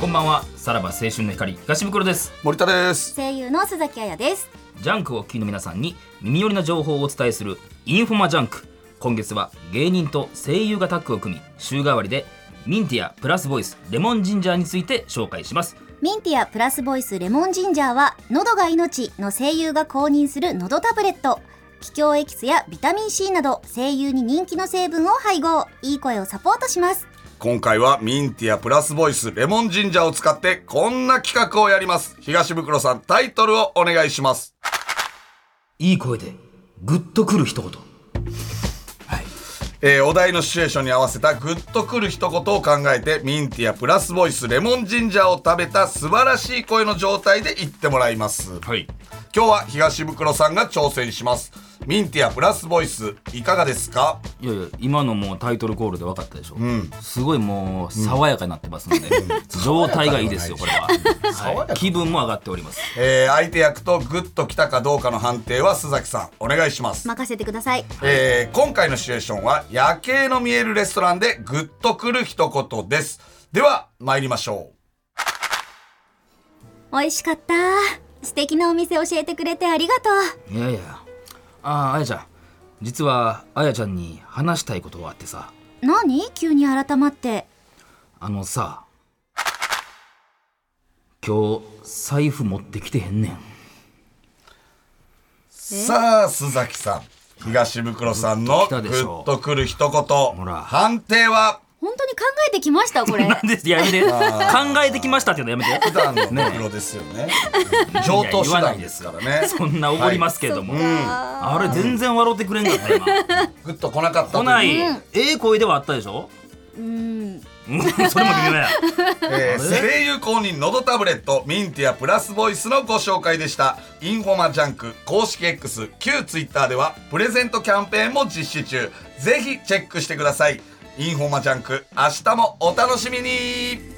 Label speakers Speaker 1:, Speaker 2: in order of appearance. Speaker 1: こんばんはさらば青春の光東袋です
Speaker 2: 森田です
Speaker 3: 声優の鈴木彩です
Speaker 1: ジャンクをお聞きの皆さんに耳寄りな情報をお伝えするインフォマジャンク今月は芸人と声優がタッグを組み週替わりでミンティアプラスボイスレモンジンジャーについて紹介します
Speaker 3: ミンティアプラスボイスレモンジンジャーは喉が命の声優が公認する喉タブレット気境エキスやビタミン C など声優に人気の成分を配合いい声をサポートします
Speaker 2: 今回はミンティアプラスボイスレモンジンジャーを使ってこんな企画をやります東袋さんタイトルをお願いします
Speaker 1: いい声でグッとくる一言
Speaker 2: えーお題のシチュエーションに合わせたグッとくる一言を考えてミンティアプラスボイスレモンジンジャーを食べた素晴らしい声の状態で言ってもらいます
Speaker 1: はい
Speaker 2: 今日は東袋さんが挑戦しますミンティアプラスボイスいかがですか
Speaker 1: いやいや今のもうタイトルコールで分かったでしょ、すごいもう爽やかになってますので、状態がいいですよこれは、
Speaker 2: 爽や
Speaker 1: は
Speaker 2: か
Speaker 1: い、気分も上がっております
Speaker 2: えー相手役とグッときたかどうかの判定は須崎さんお願いします
Speaker 3: 任せてください
Speaker 2: えー今回のシチュエーションは夜景の見えるレストランでグッとくる一言ですでは参りましょ
Speaker 3: 美味しかった素敵なお店教えてくれてありがと
Speaker 1: いやいやあああやちゃん実はあやちゃんに話したいことがあってさ
Speaker 3: う何急に改まって
Speaker 1: あのさ今日財布持ってきてへんねん
Speaker 2: うさあ須崎さん東袋さんの
Speaker 1: グッとき
Speaker 2: グ
Speaker 1: たでしょ
Speaker 2: ッとくる一言
Speaker 1: ら
Speaker 2: 判定は
Speaker 3: 本当に考えてきましたこ れ
Speaker 1: なんでやめて考えてきましたっていうのやめて
Speaker 2: 普段の袋ですよね上等手段ですからね
Speaker 1: そんな怒りますけれども、あれ全然笑ってくれんかった今
Speaker 2: グッと来なかったと
Speaker 1: 来
Speaker 2: う
Speaker 1: ない、ええ声ではあったでしょ
Speaker 3: うん
Speaker 1: うんそれも微妙や
Speaker 2: えー声優公認のどタブレットミンティアプラスボイスのご紹介でしたインフォマジャンク公式 X 旧 Twitter ではプレゼントキャンペーンも実施中ぜひチェックしてくださいインフォマジャンク明日もお楽しみに